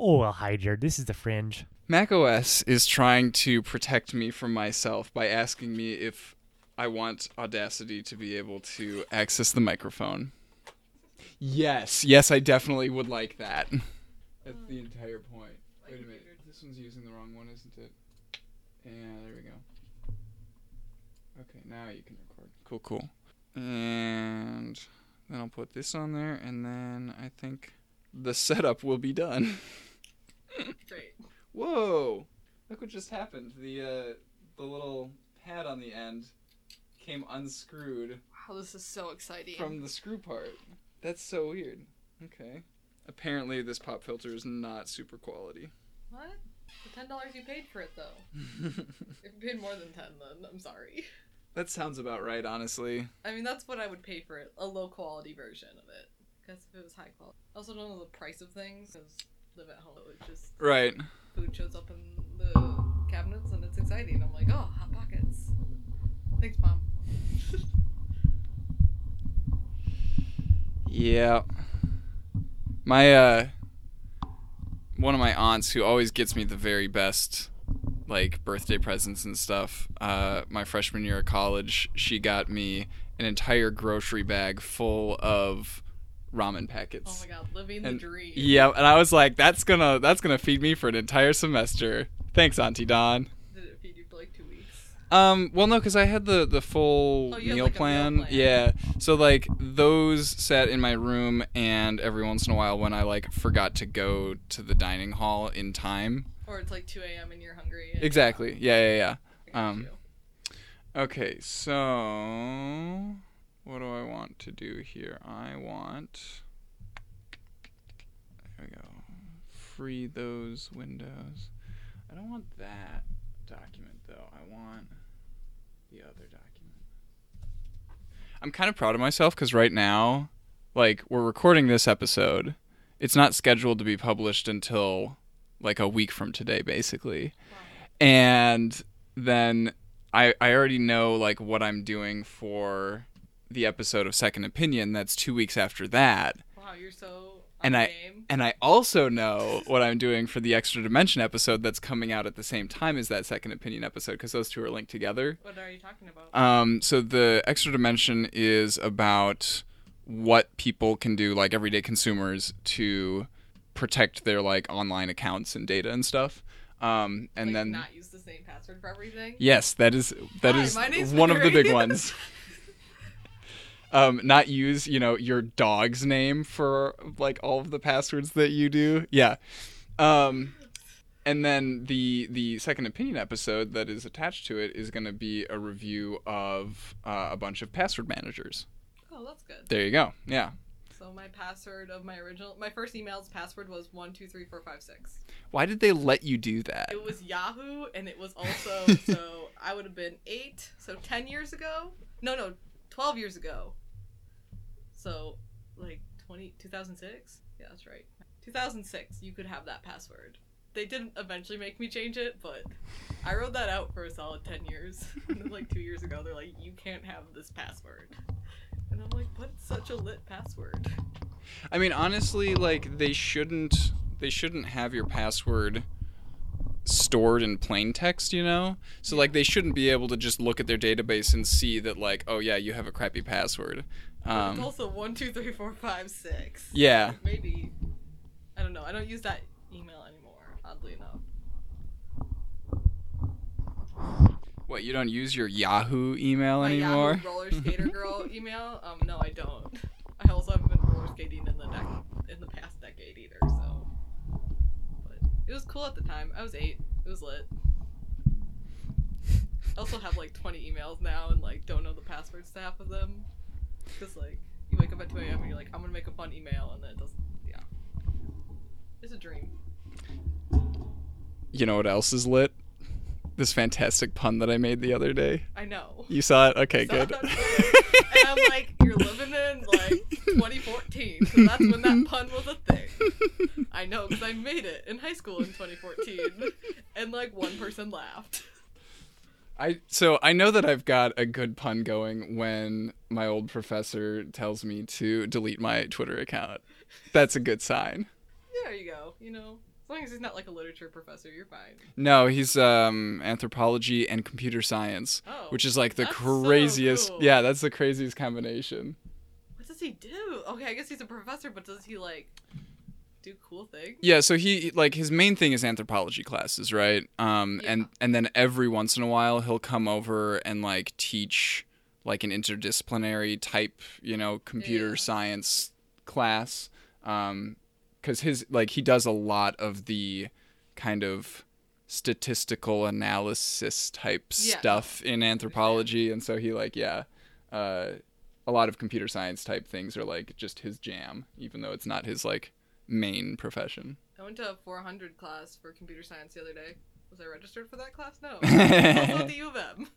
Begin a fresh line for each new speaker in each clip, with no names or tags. Oh, well, hi, Jared. This is the fringe.
macOS is trying to protect me from myself by asking me if I want Audacity to be able to access the microphone. Yes, yes, I definitely would like that. That's the entire point. Wait a minute, this one's using the wrong one, isn't it? Yeah, there we go. Okay, now you can record. Cool, cool. And then I'll put this on there, and then I think the setup will be done.
Great.
Whoa! Look what just happened. The uh, the little pad on the end came unscrewed
Wow, this is so exciting.
from the screw part. That's so weird. Okay. Apparently, this pop filter is not super quality.
what? The ten dollars you paid for it though. If you paid more than ten, then I'm sorry.
that sounds about right, honestly.
I mean, that's what I would pay for it—a low quality version of it. Because if it was high quality, I also don't know the price of things. Because live at home, it just
Right.
food shows up in the cabinets, and it's exciting. I'm like, oh, hot pockets. Thanks, mom.
Yeah. My uh one of my aunts who always gets me the very best like birthday presents and stuff. Uh my freshman year of college, she got me an entire grocery bag full of ramen packets.
Oh my god, living
And-
the dream.
Yeah, and I was like that's going to that's going to feed me for an entire semester. Thanks, Auntie Don.
Did it feed you for like two weeks?
Um, well, no, because I had the the full
Oh, you had,
meal,
like, a meal
plan.
plan.
Yeah, so like those sat in my room, and every once in a while, when I like forgot to go to the dining hall in time.
Or it's like 2 a.m. and you're hungry. And
Exactly. Yeah, yeah, yeah.
I got
um,
you.
Okay, so what do I want to do here? I want. There we go. Free those windows. I don't want that document though. I want the other document. I'm kind of proud of myself because right now, like, we're recording this episode. It's not scheduled to be published until like a week from today, basically. And then I I already know like what I'm doing for the episode of Second Opinion that's 2 weeks after that.
Wow, you're so on
And I-
game.
And I also know what I'm doing for the Extra Dimension episode that's coming out at the same time as that Second Opinion episode cuz those two are linked together.
What are you talking about?
Um so the Extra Dimension is about what people can do like everyday consumers to protect their like online accounts and data and stuff. Um and
like,
then
not use the same password for everything.
Yes, that is that
Hi,
is
my name's
one of the
Mary.
big ones. um, not use you know your dog's name for like all of the passwords that you do. Yeah, um, and then the the second opinion episode that is attached to it is going to be a review of uh, a bunch of password managers.
Oh, that's good.
There you go. Yeah.
So my password of my original, my first email's password was one two three four five six.
Why did they let you do that?
It was Yahoo, and it was also so I would have been eight, so ten years ago. No, no, twelve years ago. So, like 20, 2006? Yeah, that's right. Two thousand six. You could have that password. They didn't eventually make me change it, but I wrote that out for a solid ten years. and then, like two years ago, they're like, "You can't have this password," and I'm like, "What's such a lit password?"
I mean, honestly, like they shouldn't they shouldn't have your password stored in plain text, you know? So like they shouldn't be able to just look at their database and see that like, oh yeah, you have a crappy password.
But it's
Um,
also one, two, three, four, five, six.
yeah.
maybe I don't know. I don't use that email anymore. Oddly enough,
What you don't use your Yahoo email
my
anymore?
Yahoo roller skater girl email. Um, no, I don't. I also haven't been roller skating in the dec- in the past decade either. So, but it was cool at the time. I was eight. It was lit. I also have like 20 emails now and like don't know the passwords to half of them. Cause like you wake up at 2 a.m. and you're like, I'm gonna make a fun email and then it doesn't. Yeah, it's a dream.
You know what else is lit? This fantastic pun that I made the other day.
I know.
You saw it? Okay,
Saw
good.
it. And I'm like, you're living in like 2014, so that's when that pun was a thing. I know because I made it in high school in 2014, and like one person laughed.
I so I know that I've got a good pun going when my old professor tells me to delete my Twitter account. That's a good sign.
There you go. You know, As long as he's not like a literature professor, you're fine.
No, he's um anthropology and computer science,
Oh.
which is like the
That's so
craziest.
cool.
Yeah, that's the craziest combination.
What does he do? Okay, I guess he's a professor, but does he like do cool things?
Yeah, so he like his main thing is anthropology classes, right? Um
Yeah.
and and then every once in a while he'll come over and like teach like an interdisciplinary type, you know, computer
Yeah.
science class. Um cuz his like he does a lot of the kind of statistical analysis type
Yeah.
stuff in anthropology and so he like yeah, uh a lot of computer science type things are like just his jam, even though it's not his like main profession.
I went to a 400 class for computer science the other day. Was I registered for that class? No. I was at the U of M.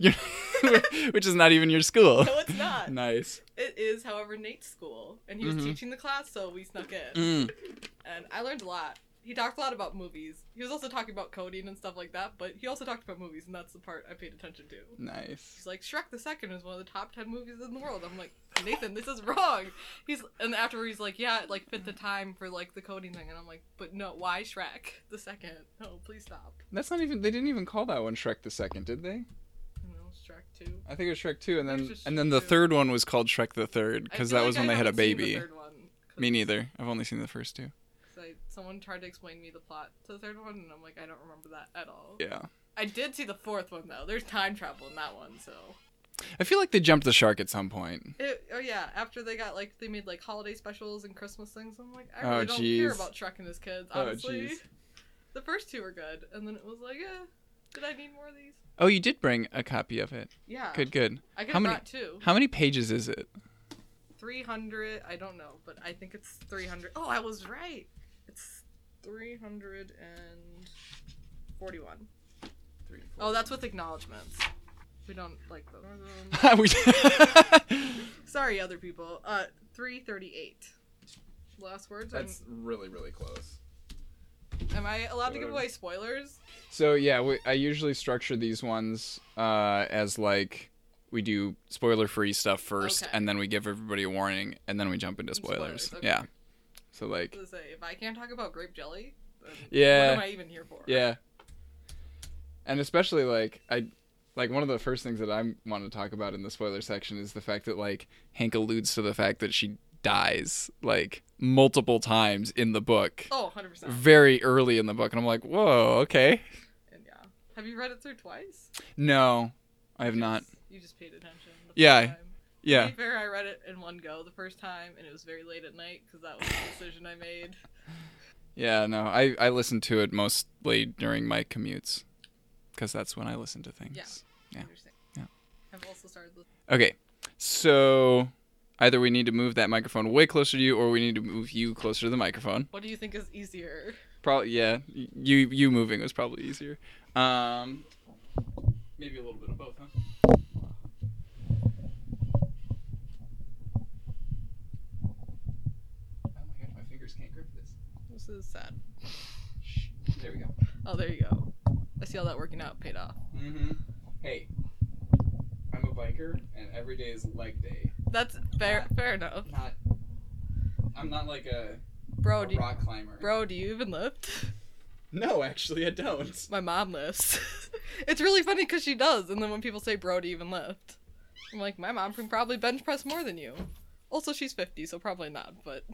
You're- Which is not even your school.
No, it's not.
Nice.
It is, however, Nate's school, and he was
Mhm.
teaching the class, so we snuck in,
Mm.
and I learned a lot. He talked a lot about movies. He was also talking about coding and stuff like that, but he also talked about movies, and that's the part I paid attention to.
Nice.
He's like, Shrek the Second is one of the top ten movies in the world. I'm like, Nathan, this is wrong. He's and afterward he's like, yeah, it like fit the time for like the coding thing, and I'm like, but no, why Shrek the Second? No, please stop.
That's not even. They didn't even call that one Shrek the Second, did they?
And then it was Shrek Two.
I think it was Shrek Two, and
It was
then
just
and then the
Shrek 2.
third one was called Shrek the Third
I
because
feel
that
like
was
I
when they had a
haven't seen the
baby.
third one, 'cause-
Me neither. I've only seen the first two.
'cause I, someone tried to explain me the plot to the third one, and I'm like, I don't remember that at all.
Yeah.
I did see the fourth one though. There's time travel in that one, so.
I feel like they jumped the shark at some point.
It, oh yeah, after they got like they made like holiday specials and Christmas things, I'm like, I
Oh,
really don't care
jeez.
about Shrek and his kids.
Oh,
Honestly,
jeez.
the first two were good, and then it was like, eh, did I need more of these?
Oh, you did bring a copy of it.
Yeah,
Good, good.
I could
How
have
many-
brought two,
How many pages is it?
three hundred. I don't know, but I think it's three hundred. Oh, I was right. It's three hundred and forty-one.
Three.
Oh, that's with acknowledgments. We don't like those. Sorry, other people. Uh, three thirty-eight. Last words. I'm-
really, really close.
Am I allowed to give
Whatever.
away spoilers?
So yeah, we, I usually structure these ones uh, as like we do spoiler-free stuff first,
Okay.
and then we give everybody a warning, and then we jump into spoilers.
Spoilers, okay.
Yeah. So like,
To say, if I can't talk about grape jelly, then what am
yeah,
I even here for?
yeah. And especially like I, like one of the first things that I want to talk about in the spoiler section is the fact that like Hank alludes to the fact that she dies like multiple times in the book,
Oh, 100%.
very early in the book, and I'm like, whoa, okay.
And yeah. Have you read it through twice?
No, I have not.
You just paid attention. the first
Yeah,
time.
Yeah.
To be fair, I read it in one go the first time, and it was very late at night because that was the decision I made.
Yeah, no, I, I listen to it mostly during my commutes because that's when I listen to things. Yeah.
Understand.
Yeah.
I've also started listening.
Okay, so either we need to move that microphone way closer to you or we need to move you closer to the microphone.
What do you think is easier?
Probably, yeah, y- you, you moving was probably easier. Um, maybe a little bit of both, huh? Oh my gosh, my fingers can't grip this.
This is sad.
Shh, There we go.
Oh, there you go. I see all that working out paid off.
Mm-hmm. Hey, I'm a biker, and every day is leg day.
That's fair. Fair enough,
Not, I'm not like a,
bro.
a
Do you,
rock climber.
bro, do you even lift?
No, actually, I don't.
my mom lifts. it's really funny because she does, and then when people say, "Bro, do you even lift?" I'm like, my mom can probably bench press more than you. Also, she's 50, so probably not. But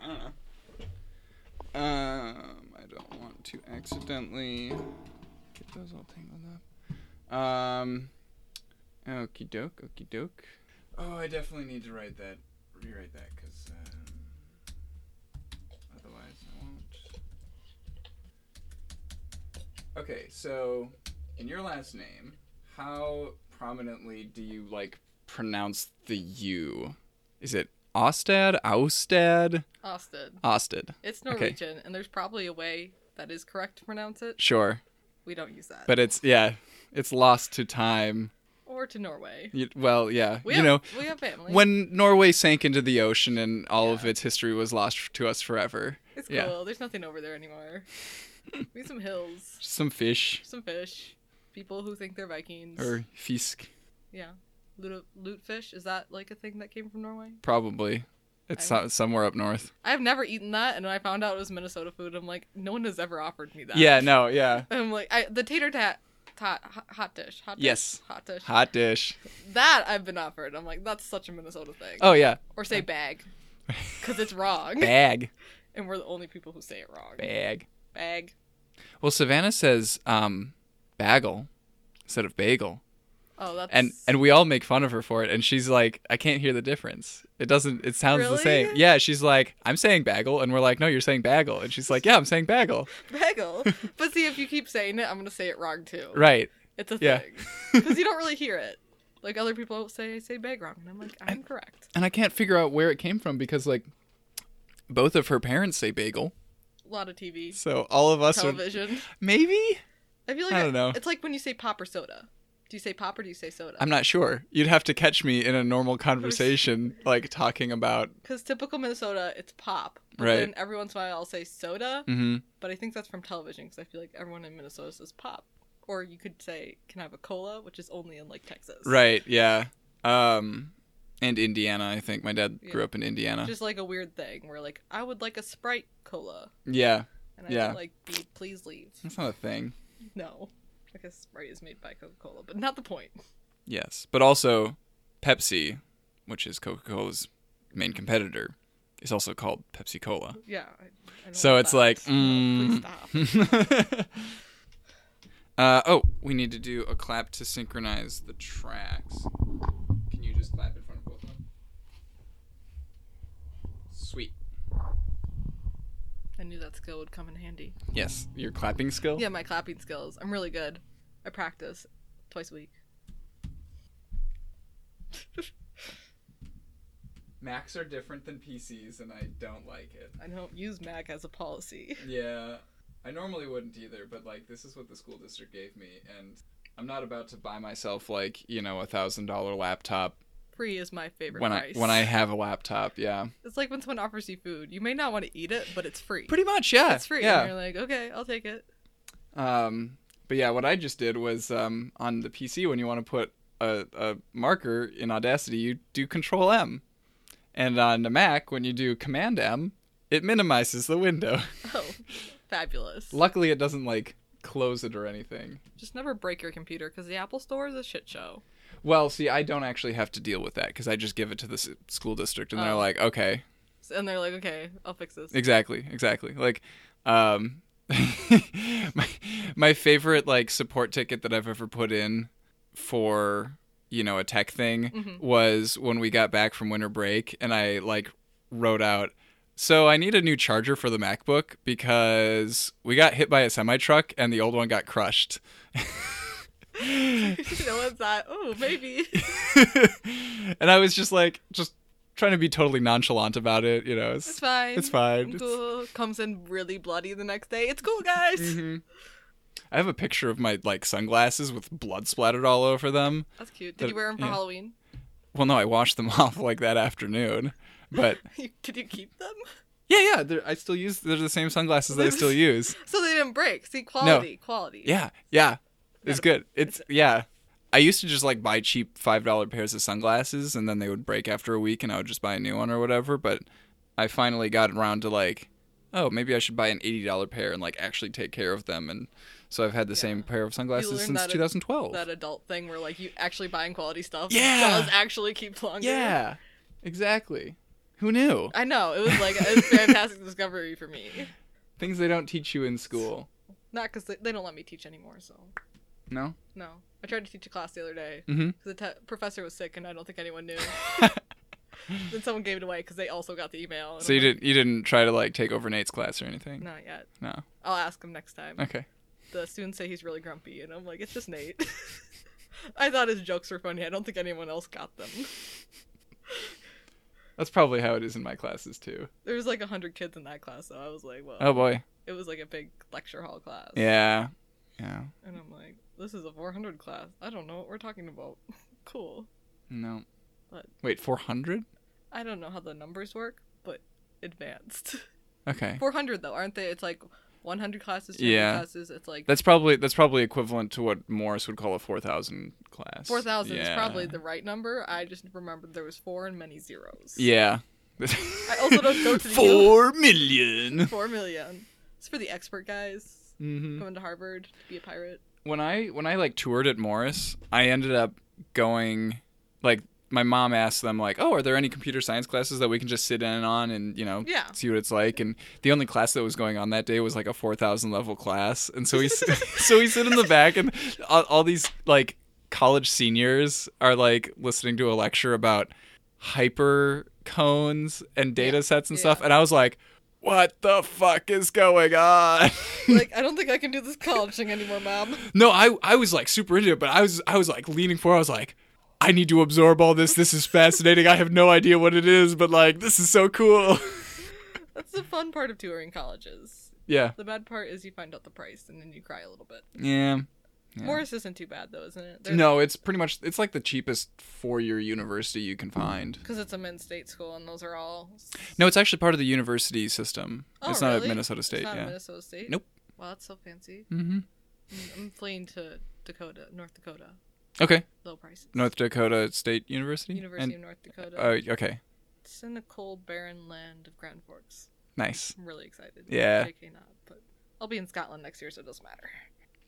I don't know. Um, I don't want to accidentally get those all tangled up. Um, okie doke, okie doke. Oh, I definitely need to write that, rewrite that, because um, otherwise I won't. Okay, so in your last name, how prominently do you like pronounce the U? Is it Ostad, Austad?
Austin,
Osted.
it's Norwegian, and there's probably a way that is correct to pronounce it.
Sure.
We don't use that.
But it's yeah, it's lost to time.
or to Norway.
You, well, yeah.
We
you
have,
know,
we have family.
when Norway sank into the ocean and all of
Yeah.
its history was lost to us forever.
it's cool.
yeah.
There's nothing over there anymore. we have some hills,
Some fish
some fish, people who think they're Vikings.
or fisk
yeah, Lute, lutefish. Is that like a thing that came from Norway?
probably. It's
I-
so- somewhere up north.
I've never eaten that, and when I found out it was Minnesota food, I'm like, no one has ever offered me that.
Yeah, no, yeah.
And I'm like, I, the tater tat, tot, hot, hot dish, hot dish,
Yes.
hot dish.
Hot dish.
That I've been offered. I'm like, that's such a Minnesota thing.
Oh yeah,
Or say bag, because it's wrong,
bag,
and we're the only people who say it wrong.
bag.
Bag.
Well, Savannah says um, bagel instead of bagel,
Oh, that's
and and we all make fun of her for it. And she's like, I can't hear the difference. It doesn't. It sounds the same.
Really?
Yeah, she's like, I'm saying bagel, and we're like, No, you're saying bagel. And she's like, Yeah, I'm saying bagel.
bagel. but see, if you keep saying it, I'm gonna say it wrong too.
Right.
It's a
Yeah.
thing because you don't really hear it. Like other people say, I say bag wrong, and I'm like, I'm correct.
And I can't figure out where it came from because like, both of her parents say bagel.
A lot of TV,
So all of us are-
television.
maybe.
I feel like
I
I
don't know.
It's like when you say pop or soda. Do you say pop or do you say soda?
I'm not sure. You'd have to catch me in a normal conversation, like talking about.
Because typical Minnesota, it's pop. But
Right.
Then every once in a while, I'll say soda,
Mm-hmm.
but I think that's from television because I feel like everyone in Minnesota says pop. Or you could say, "Can I have a cola?" which is only in like Texas.
Right. Yeah. Um, and Indiana. I think my dad
Yeah.
grew up in Indiana.
Just like a weird thing where like I would like a Sprite cola,
yeah,
and I
Yeah.
would like be please leave.
that's not a thing.
No. I guess Sprite is made by Coca Cola, but not the point.
Yes, but also Pepsi, which is Coca Cola's main competitor, is also called Pepsi Cola.
Yeah. I, I don't
So
want
it's
that.
like,
No,
mm.
please stop.
uh, oh, we need to do a clap to synchronize the tracks. Can you just clap in front of both of them? Sweet.
I knew that skill would come in handy.
Yes, your clapping skill.
Yeah, my clapping skills. I'm really good. I practice twice a week.
Macs are different than PCs, and I don't like it.
I don't use Mac as a policy.
Yeah, I normally wouldn't either, but like this is what the school district gave me, and I'm not about to buy myself like you know a thousand dollar laptop
Free is my favorite
when
price.
I when I have a laptop. Yeah,
It's like when someone offers you food. You may not want to eat it, but it's free.
pretty much. Yeah,
it's free. And
Yeah.
you're like, okay, I'll take it.
Um, but yeah, what I just did was um on the PC when you want to put a, a marker in Audacity, you do Control M, and on the Mac when you do Command M, it minimizes the window.
Oh, fabulous.
Luckily, it doesn't like close it or anything.
Just never break your computer because the Apple Store is a shit show.
Well, see, I don't actually have to deal with that because I just give it to the s- school district, and they're
Oh.
like, okay,
So- And they're like, okay, I'll fix this.
exactly, exactly. Like, um, my my favorite like support ticket that I've ever put in for you know a tech thing
Mhm.
was when we got back from winter break, and I like wrote out. So I need a new charger for the MacBook because we got hit by a semi truck and the old one got crushed.
you know what's that? Oh, maybe.
and I was just like, just trying to be totally nonchalant about it. You know,
It's
it's,
fine.
it's fine.
I'm
It's-
cool. Comes in really bloody the next day. It's cool, guys.
Mhm. I have a picture of my like sunglasses with blood splattered all over them.
That's cute.
That-
Did you wear them for
yeah.
Halloween?
Well, no, I washed them off like that afternoon. But
Did you keep them?
yeah, yeah, they're, I still use. They're the same sunglasses that I still use.
So they didn't break. See, quality, quality.
Yeah, yeah, it's good. It's yeah. I used to just like buy cheap five dollar pairs of sunglasses, and then they would break after a week, and I would just buy a new one or whatever. But I finally got around to like, oh, maybe I should buy an eighty dollar pair and like actually take care of them. And so I've had the same
Yeah.
pair of sunglasses
learned
since
that it-
2012.
That adult thing where like you actually buying quality stuff
Yeah.
does actually keep longer.
yeah, exactly. Who knew?
I know. It was like a fantastic discovery for me.
Things they don't teach you in school.
Not because they, they don't let me teach anymore. So
No.
no, I tried to teach a class the other day
Mm-hmm.
because the te- professor was sick and I don't think anyone knew. then someone gave it away because they also got the email. and
So
I'm
you
like,
didn't you didn't try to like take over Nate's class or anything?
Not yet.
No.
I'll ask him next time.
Okay.
The students say he's really grumpy, and I'm like, it's just Nate. I thought his jokes were funny. I don't think anyone else got them.
That's probably how it is in my classes too.
There was like hundred kids in that class, so I was like, well,
Oh boy.
it was like a big lecture hall class.
Yeah. Yeah.
And I'm like, this is a 400 class. I don't know what we're talking about. cool.
No.
What?
Wait, 400?
I don't know how the numbers work, but advanced.
Okay.
400 though, aren't they? It's like 100 classes, 200
Yeah.
classes. It's like
That's probably that's probably equivalent to what Morris would call a 4000 class.
4,000 is
Yeah.
probably the right number. I just remembered there was four and many zeros.
Yeah.
I also don't go to the
Four million.
Four million. It's for the expert guys
Mm-hmm.
going to Harvard to be a pirate.
When I when I like toured at Morris, I ended up going like my mom asked them like, "Oh, are there any computer science classes that we can just sit in on and you know
Yeah.
see what it's like?" And the only class that was going on that day was like a four thousand level class, and so we s- so we sit in the back and all, all these like college seniors are like listening to a lecture about hyper cones and data
Yeah.
sets and
Yeah.
stuff, and I was like, "What the fuck is going on?"
Like, I don't think I can do this college thing anymore, Mom.
No, I I was like super into it, but I was I was like leaning forward. I was like, I need to absorb all this. This is fascinating. I have no idea what it is, but like this is so cool.
That's the fun part of touring colleges.
yeah.
The bad part is you find out the price and then you cry a little bit.
Yeah. Yeah.
Morris isn't too bad though, isn't it?
No, it's pretty much it's like the cheapest four-year university you can find.
Because it's a men's state school and those are all. s-
No, it's actually part of the university system.
Oh,
it's not
really?
at Minnesota State.
It's not
yeah.
Minnesota State.
Nope.
Wow, that's so fancy.
mm-hmm.
I'm- I'm fleeing to Dakota, North Dakota.
Okay.
Low prices.
North Dakota State University.
University of North Dakota.
And, uh, okay.
it's in the cold, barren land of Grand Forks.
Nice.
I'm really excited.
Yeah.
JK not, but I'll be in Scotland next year, so it doesn't matter.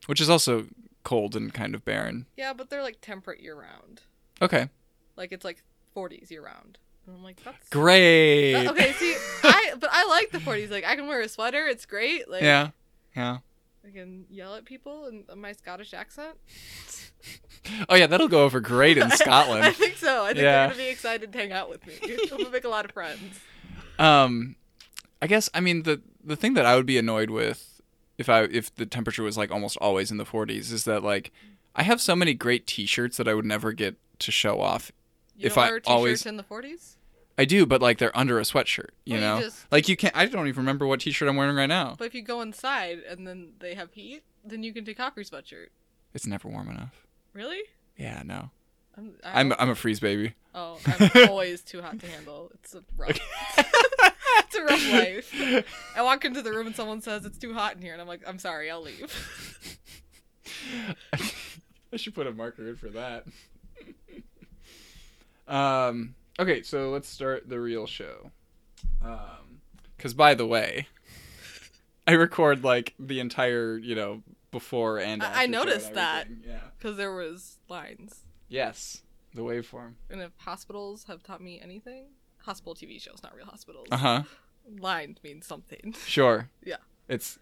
Which is also cold and kind of barren.
Yeah, but they're like temperate year round.
Okay.
Like it's like 40s year round. And I'm like, that's
Great.
Uh, okay, see, I but I like the 40s. Like I can wear a sweater. It's great. Like
yeah. Yeah.
I can yell at people in my Scottish accent.
Oh yeah, that'll go over great in
I
Scotland.
think so. I think
Um, Yeah.
they're gonna be excited to hang out with me. We'll make a lot of friends.
Um, I guess I mean the the thing that I would be annoyed with if I if the temperature was like almost always in the 40s is that like I have so many great T-shirts that I would never get to show off.
You
If
don't
I
wear t-shirts
always-
in the 40s,
I do, but like they're under a sweatshirt, you
Well, you
know.
just-
Like you can't. I don't even remember what T-shirt I'm wearing right now.
but if you go inside and then they have heat, then you can take off your sweatshirt.
It's never warm enough.
Really?
Yeah, no.
I'm, I
I'm
al-
I'm a freeze baby.
oh, I'm always too hot to handle. It's a rough. it's a rough life. I walk into the room and someone says it's too hot in here, and I'm like, I'm sorry, I'll leave.
I should put a marker in for that. um, okay, so let's start the real show. Because, by the way, I record like the entire, you know, before and
I- I
after show and
noticed that.
everything. Yeah.
because there was lines.
Yes, the waveform.
And if hospitals have taught me anything, hospital TV shows, not real hospitals.
Uh huh.
Lines means something.
Sure.
Yeah.
It's.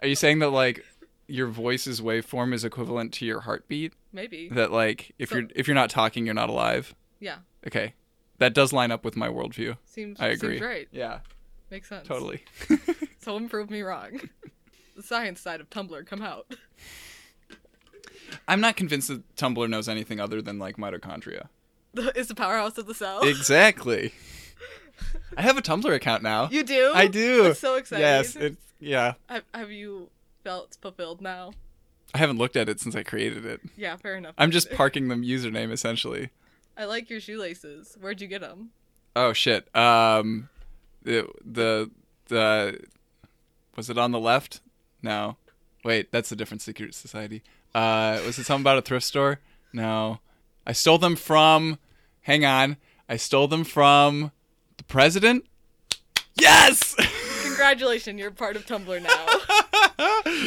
Are you saying that like your voice's waveform is equivalent to your heartbeat?
Maybe.
That like if
So-
you're if you're not talking, you're not alive.
Yeah.
Okay, that does line up with my worldview.
Seems
I agree.
seems right.
Yeah,
Makes sense.
totally.
Someone proved me wrong. the science side of Tumblr come out.
I'm not convinced that Tumblr knows anything other than like mitochondria.
Is the powerhouse of the cell.
Exactly. I have a Tumblr account now.
you do?
I do.
That's so exciting.
Yes. It's, yeah.
Have, have you felt fulfilled now?
I haven't looked at it since I created it.
Yeah, fair enough.
I'm just parking the username essentially.
I like your shoelaces. Where'd you get them?
Oh shit. Um, the the the was it on the left? No. Wait, that's a different secret society. Uh, was it something about a thrift store? No. I stole them from. Hang on. I stole them from the president. Yes.
Congratulations, you're part of Tumblr now.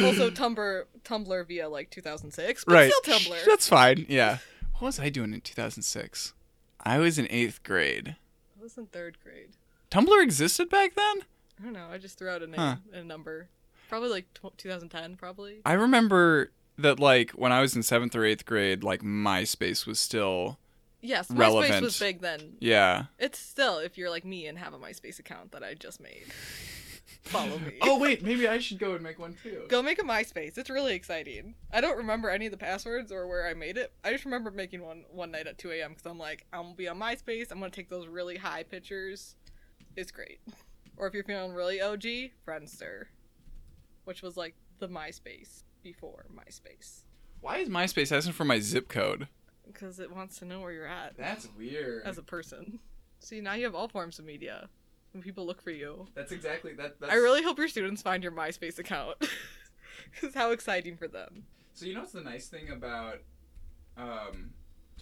also, Tumblr, Tumblr via like 2006, but
right.
still Tumblr.
That's fine. Yeah. What was I doing in 2006? I was in eighth grade.
I was in third grade.
Tumblr existed back then.
I don't know. I just threw out a name
Huh.
and a number. Probably like tw 2010, probably.
I remember that like when I was in seventh or eighth grade, like MySpace was still
Yes, MySpace
Relevant.
was big then.
yeah.
It's still, if you're like me and have a MySpace account that I just made, follow me.
Oh, wait, maybe I should go and make one too.
Go make a MySpace. It's really exciting. I don't remember any of the passwords or where I made it. I just remember making one one night at 2 a.m. because I'm like, I'm gonna be on MySpace. I'm gonna take those really high pictures. It's great. Or if you're feeling really OG, Friendster, which was like the MySpace before MySpace,
Why is MySpace asking for my zip code?
because it wants to know where you're at
weird.
as a person. See, now you have all forms of media, and people look for you.
that's exactly that. That's...
I really hope your students find your MySpace account. Because how exciting for them.
So you know what's the nice thing about um,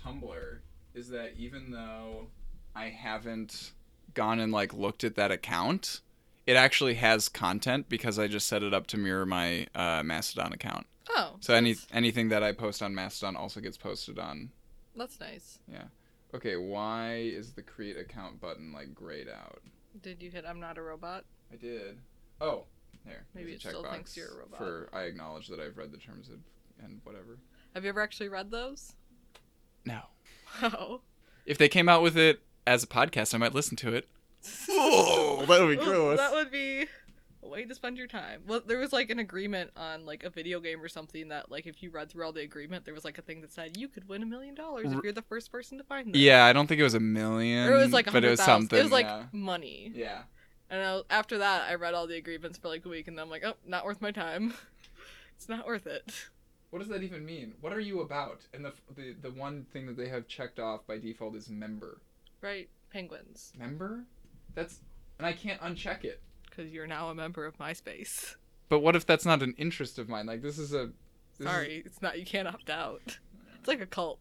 Tumblr is that even though I haven't gone and like looked at that account, it actually has content because I just set it up to mirror my uh, Mastodon account.
Oh.
So any
that's-
anything that I post on Mastodon also gets posted on.
That's nice.
Okay, why is the create account button like grayed out?
Did you hit I'm not a robot?
I did. Oh, there.
Maybe
there's
it still
checkbox
thinks you're a robot.
For I acknowledge that I've read the terms of and whatever.
Have you ever actually read those?
No.
Wow.
If they came out with it as a podcast, I might listen to it.
Oh,
that would
That would be a way to spend your time. Well, there was like an agreement on like a video game or something that like if you read through all the agreement, there was like a thing that said you could win a million dollars if
R-
you're the first person to find them.
Yeah, I don't think it was a million.
Or it was like a
but it
hundred
was
thousand.
something.
It was like
yeah.
money.
yeah.
And I, after that, I read all the agreements for like a week, and I'm like, oh, not worth my time. it's not worth it.
What does that even mean? What are you about? And the, the the one thing that they have checked off by default is member.
Right? Penguins,
Member? That's and I can't uncheck it.
because you're now a member of MySpace.
But what if that's not an interest of mine? Like this is a this is-
Sorry, it's not. You can't opt out. It's like a cult.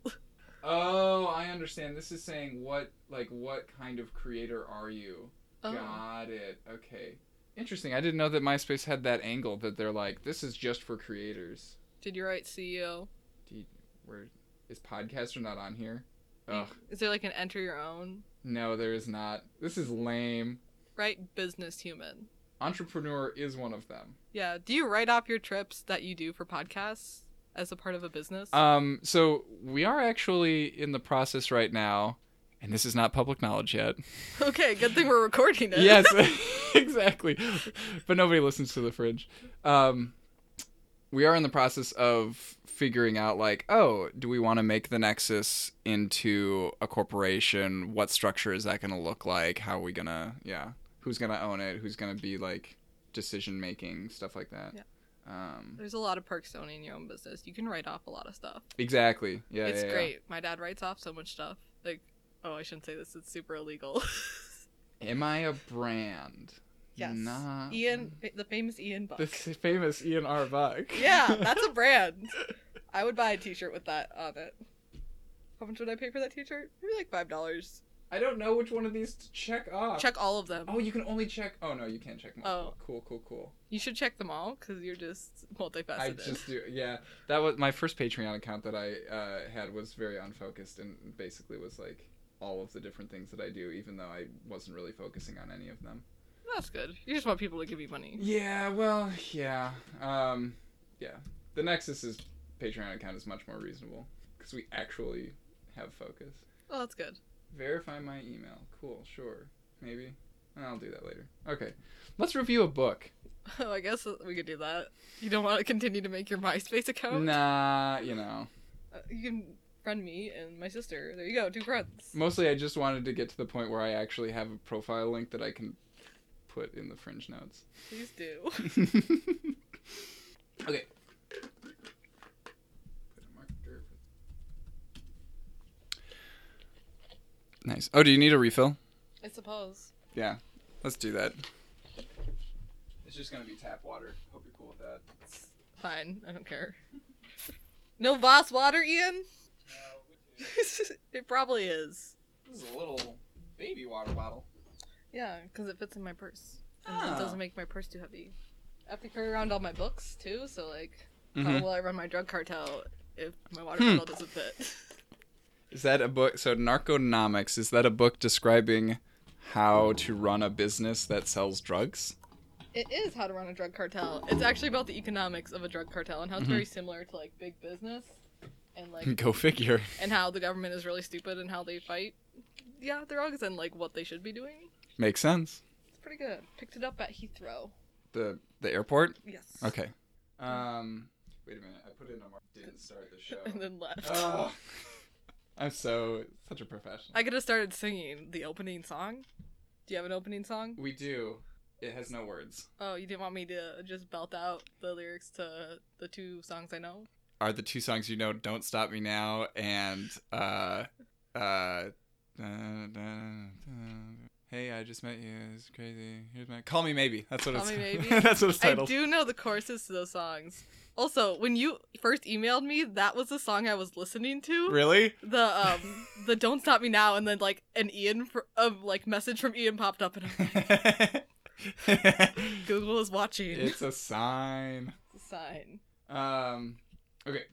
Oh, I understand. This is saying what like what kind of creator are you?
Oh,
Got it. Okay. Interesting. I didn't know that MySpace had that angle that they're like this is just for creators.
did you write E CEO?
Do you, where is podcaster not on here? Ugh.
Is there like an enter your own?
No, there is not. This is lame.
Write business human.
Entrepreneur is one of them.
Yeah. Do you write off your trips that you do for podcasts as a part of a business?
Um, so we are actually in the process right now, and this is not public knowledge yet.
okay, good thing we're recording it.
yes, exactly. But nobody listens to the fringe. Um, we are in the process of figuring out, like, oh, do we want to make the Nexus into a corporation? What structure is that going to look like? How are we going to, yeah, who's going to own it? Who's going to be like decision making stuff like that?
Yeah.
Um,
There's a lot of perks to owning your own business. You can write off a lot of stuff.
exactly. Yeah,
it's
yeah, yeah.
great. My dad writes off so much stuff. Like, oh, I shouldn't say this. It's super illegal.
Am I a brand? Not-
Ian, the famous Ian Buck.
The s- famous Ian R. Buck.
yeah, that's a brand. I would buy a T-shirt with that on it. How much would I pay for that T-shirt? Maybe like five dollars.
I don't know which one of these to check off.
Check all of them.
Oh, you can only check. Oh no, you can't check. Multiple.
Oh.
Cool, cool, cool.
You should check them all because you're just multifaceted.
I just do. Yeah, that was my first Patreon account that I uh, had was very unfocused and basically was like all of the different things that I do, even though I wasn't really focusing on any of them.
That's good. You just want people to give you money.
Yeah. Well. Yeah. Um. Yeah. The Nexus's Patreon account is much more reasonable because we actually have focus.
Oh, that's good.
Verify my email. Cool, sure. Maybe. I'll do that later. Okay. Let's review a book.
Oh, I guess we could do that. You don't want to continue to make your MySpace account?
Nah, you know.
Uh, you can friend me and my sister. There you go, two friends.
Mostly I just wanted to get to the point where I actually have a profile link that I can put in the fringe notes.
Please do.
okay. Put a marker for- Nice. Oh, do you need a refill?
I suppose.
Let's do that. It's just gonna be tap water. Hope you're cool with that.
Fine, I don't care. No Voss water, Ian? it probably is.
This is a little baby water bottle.
Yeah, because it fits in my purse. And
Ah.
it doesn't make my purse too heavy. I have to carry around all my books, too, so, like, how
Mhm.
will I run my drug cartel if my water
Hmm.
bottle doesn't fit?
Is that a book? So, Narconomics, is that a book describing how to run a business that sells drugs?
It is how to run a drug cartel. It's actually about the economics of a drug cartel and how it's
Mhm.
very similar to like big business and like
Go figure.
and how the government is really stupid and how they fight. Yeah, drugs and like what they should be doing.
Makes sense.
It's pretty good. Picked it up at Heathrow.
The the airport?
Yes.
Okay. Um, wait a minute. I put in a mark. Didn't start the
And
show.
then left.
oh. I'm so, such a professional.
I could have started singing the opening song. Do you have an opening song?
we do. It has no words.
Oh, you didn't want me to just belt out the lyrics to the two songs I know?
Are the two songs you know Don't Stop Me Now and, uh, uh, da, da, da. Hey, I just met you. It's crazy. Here's my call me maybe. That's what
Call
it's
Me Maybe?
that's what it's
I
titled.
do know the choruses to those songs. Also, when you first emailed me, that was the song I was listening to.
Really?
The um the Don't Stop Me Now and then like an Ian fr- of like message from Ian popped up and I'm like,
it's
Google is watching.
a sign.
It's a sign.
Um, okay.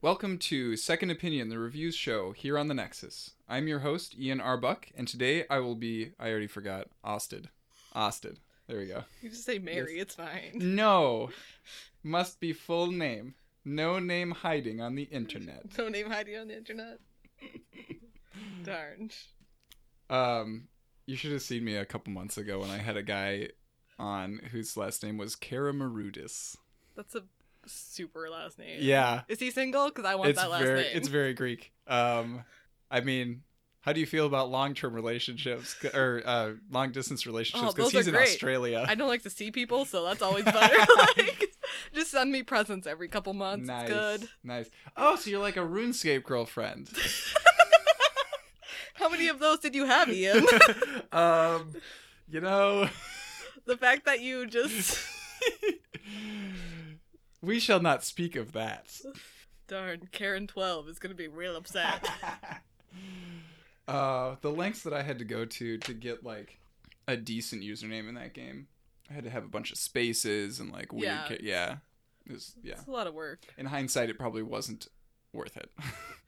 Welcome to Second Opinion, the reviews show here on the Nexus. I'm your host Ian Arbuck, and today I will be—I already forgot. Austed, Austed. There we go.
You just say Mary, it's fine.
No, must be full name. No name hiding on the internet.
No name hiding on the internet. Darn.
Um, you should have seen me a couple months ago when I had a guy on whose last name was Karamarudis.
That's a super last name.
Yeah.
Is he single? Because I want
it's
that last
very,
name.
It's very Greek. Um, I mean, how do you feel about long-term relationships c- or uh, long-distance relationships?
Oh,
Because
those
he's
are
in
great.
Australia.
I don't like to see people, so that's always better. like, just send me presents every couple months.
nice,
It's good.
nice. Oh, so you're like a RuneScape girlfriend.
How many of those did you have, Ian?
um, you know,
the fact that you just
we shall not speak of that.
darn Karen twelve is gonna be real upset.
uh, the lengths that I had to go to to get like a decent username in that game, I had to have a bunch of spaces and like weird.
Yeah.
ca- yeah. It was, yeah.
It's a lot of work.
In hindsight, it probably wasn't worth it.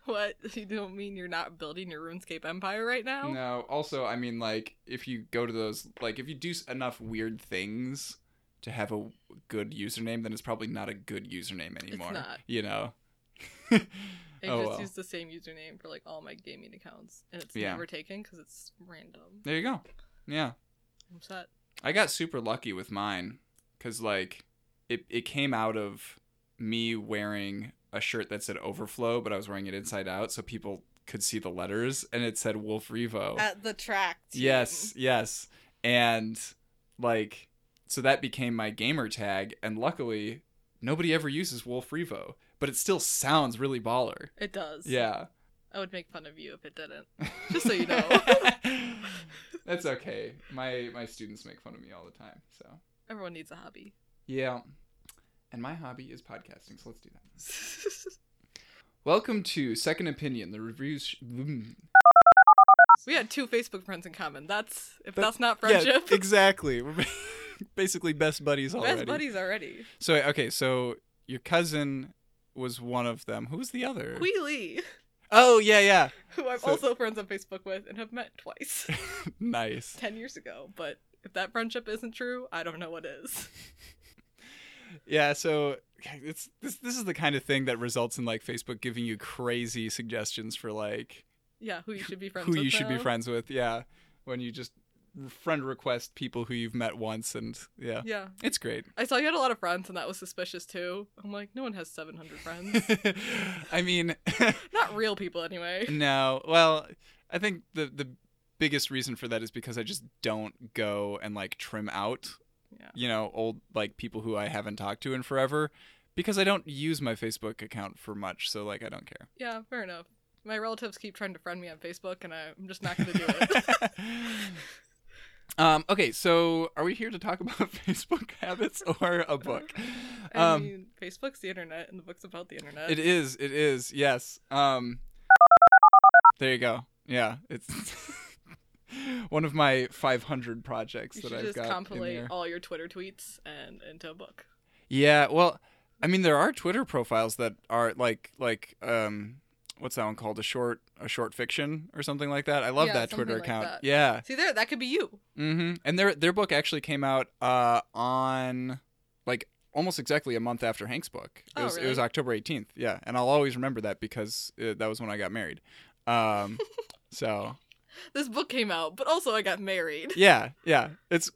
What? You don't mean you're not building your RuneScape empire right now?
no. Also, I mean, like if you go to those, like if you do s- enough weird things to have a good username, then it's probably not a good username anymore.
not.
You know.
I
Oh,
just
well.
use the same username for like all my gaming accounts, and it's
Yeah.
never taken because it's random.
there you go. Yeah.
I'm upset.
I got super lucky with mine because like it it came out of me wearing a shirt that said Overflow, but I was wearing it inside out, so people could see the letters, and it said Wolf Revo.
At the track.
Oh. yes, yes, and like so that became my gamer tag, and luckily nobody ever uses Wolf Revo, but it still sounds really baller.
It does.
Yeah,
I would make fun of you if it didn't. Just so you know.
that's okay. My my students make fun of me all the time, so.
Everyone needs a hobby.
Yeah. And my hobby is podcasting, so let's do that. Welcome to Second Opinion, the reviews. Sh- Mm.
we had two Facebook friends in common. That's if
That-
that's not friendship.
Yeah, exactly. We're basically best buddies already.
Best buddies already.
So okay, so your cousin was one of them. Who was the other?
Hui Lee,
oh yeah, yeah.
who I'm
So-
also friends on Facebook with and have met twice,
Nice.
ten years ago. But if that friendship isn't true, I don't know what is.
Yeah, so it's this this is the kind of thing that results in like Facebook giving you crazy suggestions for like
Yeah, who you should be friends
who
with.
you should be
now.
friends with. Yeah. When you just friend request people who you've met once and yeah.
Yeah,
It's great.
I saw you had a lot of friends, and that was suspicious too. I'm like, no one has 700 friends.
I mean,
Not real people, anyway.
no. Well, I think the the biggest reason for that is because I just don't go and like trim out,
Yeah.
you know, old like people who I haven't talked to in forever because I don't use my Facebook account for much, so like I don't care.
Yeah, fair enough. My relatives keep trying to friend me on Facebook, and I- I'm just not going to do it.
um okay, so are we here to talk about Facebook habits or a book?
I
Um
mean, Facebook's the internet, and the book's about the internet.
It is. It is. Yes. Um. There you go. Yeah. It's one of my 500 projects
You
that
should
I've
just
got in
compilate
there.
all your Twitter tweets and into a book.
Yeah. Well, I mean, there are Twitter profiles that are like like um, what's that one called? A short a short fiction or something like that. I love
Yeah,
that
something
Twitter
like
account.
that.
Yeah.
See there, that could be you.
Mm-hmm. And their their book actually came out uh on like almost exactly a month after Hank's book. It
Oh,
was it
really?
was October 18th. Yeah, and I'll always remember that because uh, that was when I got married. Um so
This book came out, but also I got married.
yeah, yeah. It's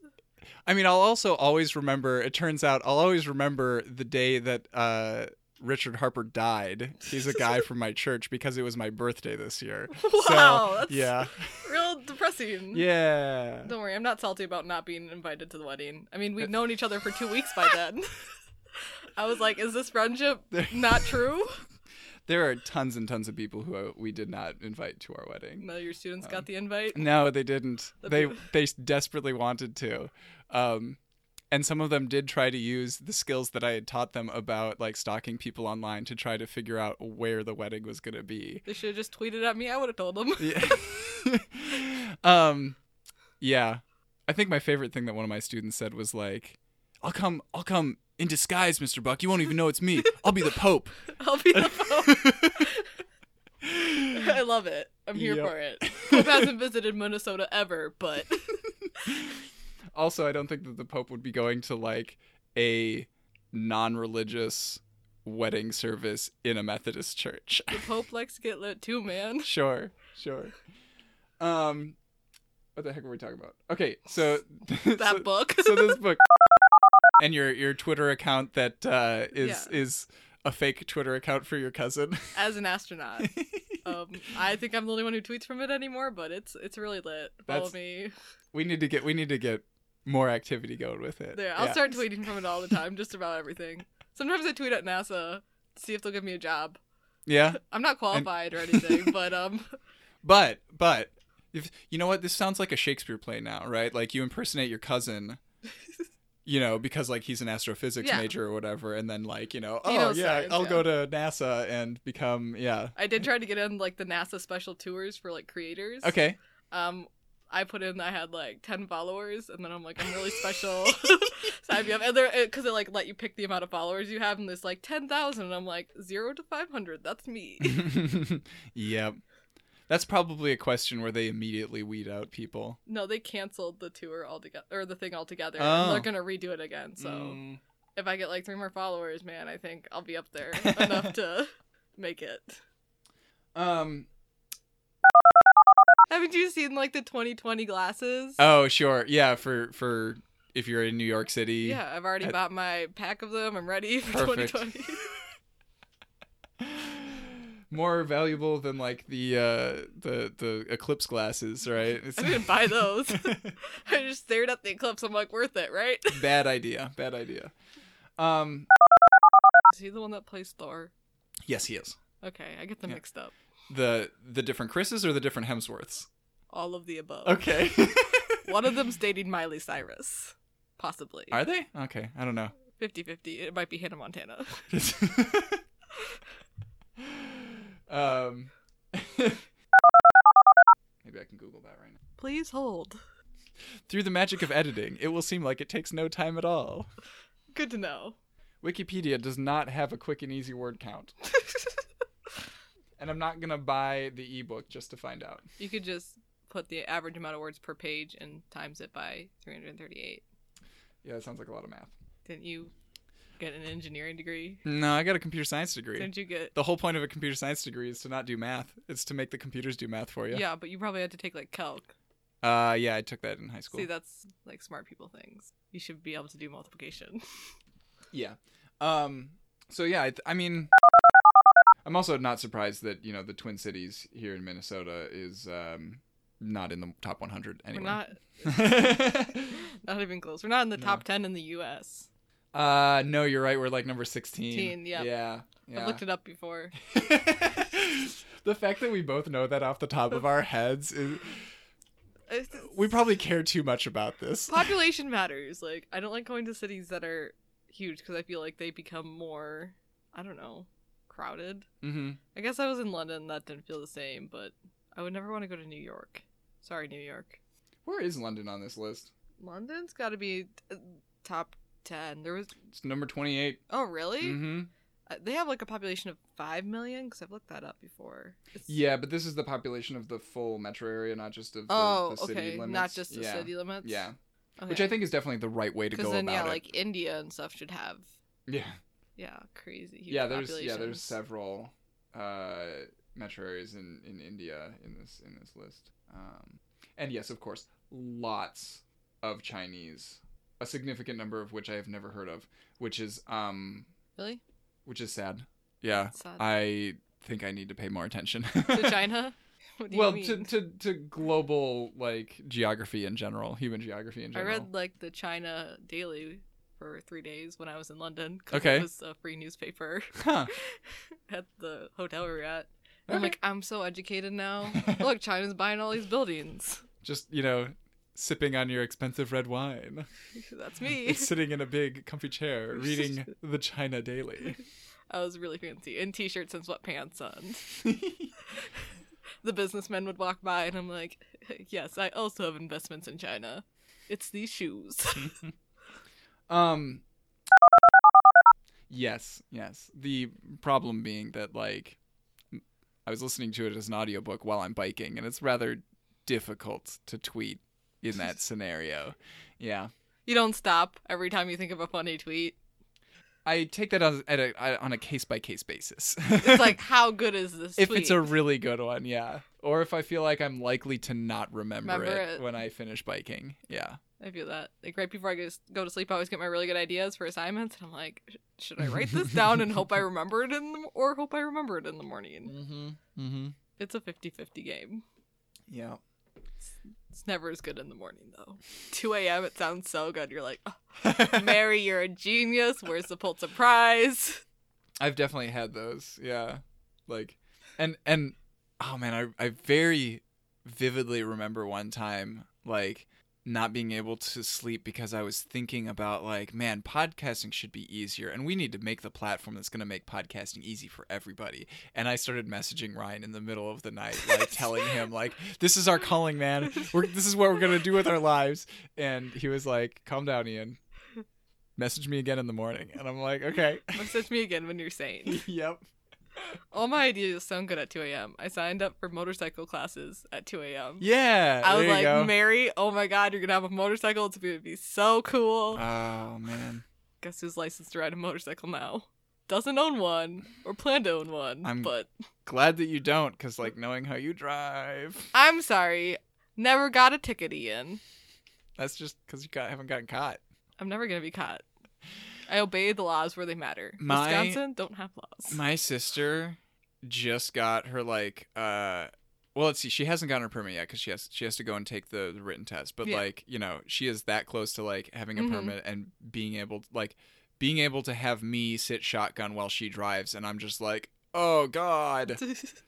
I mean, I'll also always remember it turns out I'll always remember the day that uh Richard Harper died. He's a guy from my church because it was my birthday this year.
wow, that's
Yeah.
real depressing.
Yeah.
Don't worry, I'm not salty about not being invited to the wedding. I mean,
Uh,
we've known each other for two weeks by then. I was like, is this friendship not true?
There are tons and tons of people who uh, we did not invite to our wedding.
No, your students
Um,
got the invite.
No, they didn't.
The
They
peop-
they desperately wanted to. Um, and some of them did try to use the skills that I had taught them about like stalking people online to try to figure out where the wedding was going to be.
They should have just tweeted at me. I would have told them.
Yeah. um yeah. I think my favorite thing that one of my students said was like, "I'll come I'll come in disguise, Mr. Buck. You won't even know it's me. I'll be the pope."
I'll be the phone. I love it. I'm here
Yep.
for it. Pope hasn't visited Minnesota ever, but
also, I don't think that the pope would be going to like a non-religious wedding service in a Methodist church.
the Pope likes to get lit too, man.
sure, sure. Um, what the heck were we talking about? Okay, so
That
so,
book.
so this book and your your Twitter account that uh, is is a fake Twitter account for your cousin.
As an astronaut. Um, I think I'm the only one who tweets from it anymore, but it's it's really lit. Follow
That's- uh,
me.
we need to get we need to get more activity going with it.
There, I'll
Yeah.
start tweeting from it all the time, just about everything. Sometimes I tweet at NASA to see if they'll give me a job.
Yeah,
I'm not qualified or anything, but um,
but but if you know what this sounds like a Shakespeare play now, right? Like you impersonate your cousin. You know, because like he's an astrophysics
Yeah.
major or whatever, and then like you know,
He
oh
knows
yeah,
science,
I'll
yeah.
go to NASA and become yeah.
I did try to get in like the NASA special tours for like creators.
Okay,
Um, I put in I had like ten followers, and then I'm like I'm really special. so I have and they're because they like let you pick the amount of followers you have, and there's like ten thousand, and I'm like zero to five hundred. That's me.
yep. That's probably a question where they immediately weed out people.
no, they canceled the tour altogether or the thing altogether.
Oh.
And they're gonna redo it again. So
Mm.
if I get like three more followers, man, I think I'll be up there enough to make it.
um
Haven't you seen like the 2020 glasses?
oh sure. Yeah, for for if you're in New York City.
Yeah, I've already
I-
bought my pack of them. I'm ready for
Perfect.
2020.
More valuable than like the uh the the eclipse glasses, right? It's
I didn't buy those. I just stared at the eclipse. I'm like, worth it, right?
bad idea. Bad idea. Um
Is he the one that plays Thor?
yes, he is.
Okay, I get them
Yeah.
mixed up.
The the different Chris's or the different Hemsworths?
All of the above.
Okay.
One of them's dating Miley Cyrus. Possibly.
Are they? Okay, I don't know.
50 50. It might be Hannah Montana.
um, maybe I can Google that right now.
Please hold.
Through the magic of editing, it will seem like it takes no time at all.
Good to know.
Wikipedia does not have a quick and easy word count, and I'm not gonna buy the ebook just to find out.
you could just put the average amount of words per page and times it by 338.
Yeah, that sounds like a lot of math.
Didn't you get an engineering degree?
No, I got a computer science degree.
Didn't you get.
The whole point of a computer science degree is to not do math. It's to make the computers do math for you.
Yeah, but you probably had to take like calc.
Uh, yeah, I took that in high school.
See, that's like smart people things. You should be able to do multiplication.
Yeah. Um. So yeah, I, th- I mean, I'm also not surprised that you know the Twin Cities here in Minnesota is um not in the top 100 anyway.
We're not not even close. We're not in the
No.
top 10 in the US.
uh, no, you're right. We're like number 16.
16, yep.
Yeah. Yeah.
I've looked it up before.
the fact that we both know that off the top of our heads is
It's-
we probably care too much about this.
population matters. Like I don't like going to cities that are huge cuz I feel like they become more I don't know, crowded.
Mm-hmm.
I guess I was in London that didn't feel the same, but I would never want to go to New York. Sorry, New York.
Where is London on this list?
London's got to be uh, top 10. There was
It's number 28.
Oh, really?
Mm-hmm.
Uh, They have like a population of 5 million because I've looked that up before. It's-
Yeah, but this is the population of the full metro area, not just of the,
Oh,
the city
okay.
limits.
Not just the
yeah.
city limits.
Yeah,
Okay.
which I think is definitely the right way to go
Because then,
about
yeah,
it.
like India and stuff should have,
yeah,
yeah, crazy huge
yeah. There's yeah, there's
populations.
several uh, metro areas in, in India in this in this list, um, and yes, of course, lots of Chinese, a significant number of which I have never heard of, which is um,
really.
which is sad. Yeah,
Sad.
I think I need to pay more attention.
to China. What do
well,
you mean?
to, to to global like geography in general, human geography in
I
general.
read like the China Daily for three days when I was in London. 'cause
Okay.
it was a free newspaper
Huh.
at the hotel we were at. And
Okay.
I'm like, I'm so educated now. Look, China's buying all these buildings.
just you know sipping on your expensive red wine.
That's me.
It's sitting in a big comfy chair reading the China Daily.
I was really fancy in t-shirts and sweatpants on. the businessmen would walk by, and I'm like, "Yes, I also have investments in China. It's these shoes."
Um Yes, yes. The problem being that like I was listening to it as an audiobook while I'm biking and it's rather difficult to tweet in that scenario. Yeah.
you don't stop every time you think of a funny tweet.
I take that on at a, on a case by case basis.
It's like, how good is this?
if
tweet?
it's a really good one, yeah. Or if I feel like I'm likely to not remember,
Remember
it,
it.
when I finish biking. Yeah.
I feel that. Like right before I go go to sleep, I always get my really good ideas for assignments, and I'm like, "Sh- should I write this down and hope I remember it in the, or hope I remember it in the morning?
Mhm. Mhm.
It's a 50-50 game.
Yeah.
It's never as good in the morning though. 2 a.m. It sounds so good. You're like, oh, Mary, you're a genius. Where's the Pulitzer Prize?
I've definitely had those. Yeah. Like and and oh man, I I very vividly remember one time like not being able to sleep because I was thinking about like, man, podcasting should be easier and we need to make the platform that's going to make podcasting easy for everybody. And I started messaging Ryan in the middle of the night like telling him like, this is our calling, man. We're this is what we're going to do with our lives. And he was like, "Calm down, Ian. Message me again in the morning." And I'm like, "Okay."
Message me again when you're sane.
yep.
All my ideas sound good at 2 a.m. I signed up for motorcycle classes at 2 a.m.
Yeah.
I was
there
like,
you go.
Mary, oh my God, you're gonna have a motorcycle. It's gonna be so cool.
Oh man,
Guess who's licensed to ride a motorcycle now? Doesn't own one or plan to own one.
I'm-
But
glad that you don't, because like knowing how you drive,
I'm sorry, never got a ticket, Ian.
that's just because you got haven't gotten caught.
I'm never gonna be caught. I obey the laws where they matter.
My-
Wisconsin don't have laws.
My sister just got her like, uh, well, let's see, she hasn't gotten her permit yet because she has she has to go and take the, the written test. But
Yeah.
like, you know, she is that close to like having a
Mhm.
permit and being able to, like being able to have me sit shotgun while she drives, and I'm just like, oh god,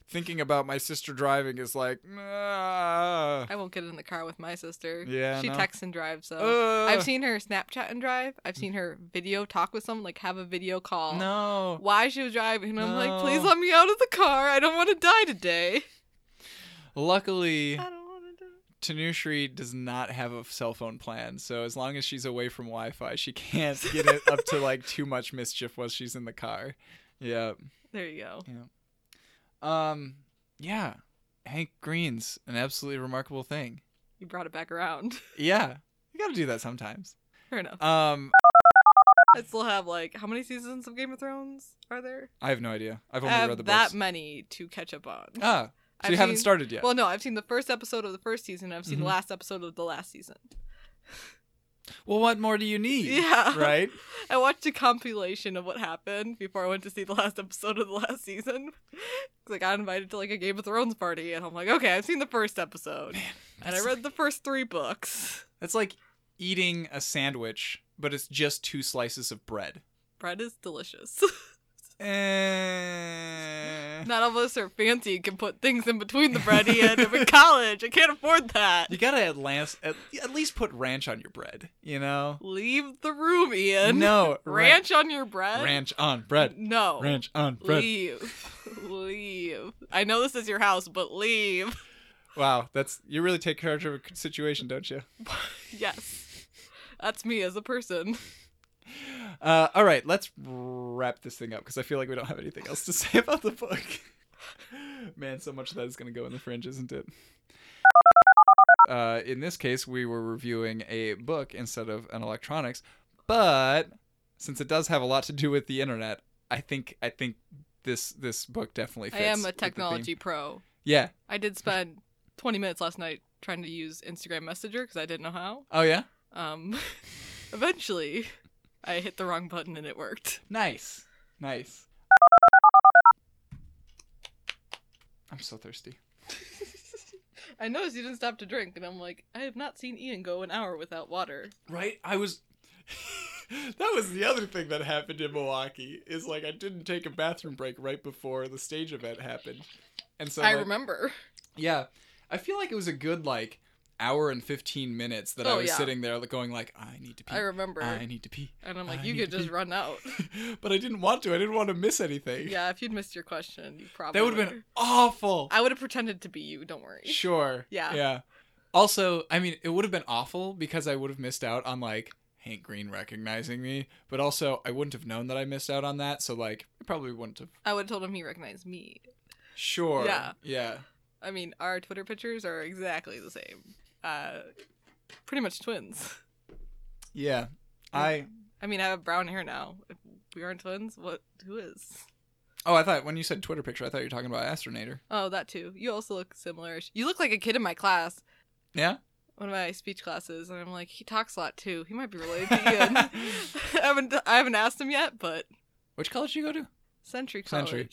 thinking about my sister driving is like, ah.
I won't get in the car with my sister.
yeah,
she
no.
texts and drives. So
Ugh.
I've seen her Snapchat and drive. I've seen her video talk with someone, like have a video call.
No.
Why she was driving? And I'm like, please
No.
let me out of the car. I don't want to die today.
Luckily,
I don't want to die.
Tanushree does not have a cell phone plan, so as long as she's away from Wi-Fi, she can't get it up to like too much mischief while she's in the car. Yeah.
There you go.
Um. Yeah. Hank Green's an absolutely remarkable thing.
You brought it back around.
Yeah. You got to do that sometimes.
Fair enough.
Um.
I still have like how many seasons of Game of Thrones are there?
I have no idea. I've only
I have
read the
that
books.
many to catch up on.
ah. So
I've
you haven't
seen-
started yet.
Well, no, I've seen the first episode of the first season. and I've seen
Mhm.
the last episode of the last season.
well, what more do you need?
Yeah,
Right.
I watched a compilation of what happened before I went to see the last episode of the last season. 'Cause I got invited to like a Game of Thrones party, and I'm like, okay, I've seen the first episode, and I
that's
read the first three books.
That's like eating a sandwich, but it's just two slices of bread.
Bread is delicious.
Eh.
Not all of us are fancy and can put things in between the bread. Ian. I'm in college. I can't afford that.
You gotta at, last, at, at least put ranch on your bread, you know?
Leave the room, Ian.
no. ra-
Ranch on your bread?
ranch on bread.
No.
Ranch on bread.
Leave. leave. I know this is your house, but leave.
Wow, that's you really take charge of a situation, don't you?
Yes. That's me as a person.
Uh, all right, let's wrap this thing up because I feel like we don't have anything else to say about the book. Man, so much of that is going to go in the fringe, isn't it? Uh, in this case, we were reviewing a book instead of an electronics, but since it does have a lot to do with the internet, I think I think this this book definitely
I
fits.
am a
with the theme.
technology pro.
Yeah.
I did spend 20 minutes last night trying to use Instagram Messenger because I didn't know how.
Oh yeah.
Um, eventually, I hit the wrong button and it worked.
Nice. Nice. I'm so thirsty.
I noticed you didn't stop to drink, and I'm like, I have not seen Ian go an hour without water.
Right? I was. that was the other thing that happened in Milwaukee is like I didn't take a bathroom break right before the stage event happened, and so
I
like,
remember.
Yeah, I feel like it was a good like hour and 15 minutes that I
Oh,
was
yeah.
sitting there like, going like, I need to pee.
I remember.
I need to pee.
and I'm like,
I
you
need
could
to
just
pee."
run out.
but I didn't want to. I didn't want to miss anything.
yeah, if you'd missed your question, you probably
That would have been awful.
I would have pretended to be you. Don't worry.
Sure.
Yeah.
Yeah. Also, I mean, it would have been awful because I would have missed out on like Hank Green recognizing me, but also I wouldn't have known that I missed out on that. So like, I probably wouldn't have.
I would have told him he recognized me.
Sure.
Yeah.
Yeah.
I mean, our Twitter pictures are exactly the same. Uh, pretty much twins.
Yeah. I.
I mean, I have brown hair now. If we aren't twins, what? Who is?
Oh, I thought when you said Twitter picture, I thought you were talking about Astronator.
Oh, that too. You also look similar. You look like a kid in my class,
Yeah.
one of my speech classes, and I'm like, he talks a lot too. He might be related to Ian. I haven't I haven't asked him yet, but
Which college do you go to?
Century College.
Century.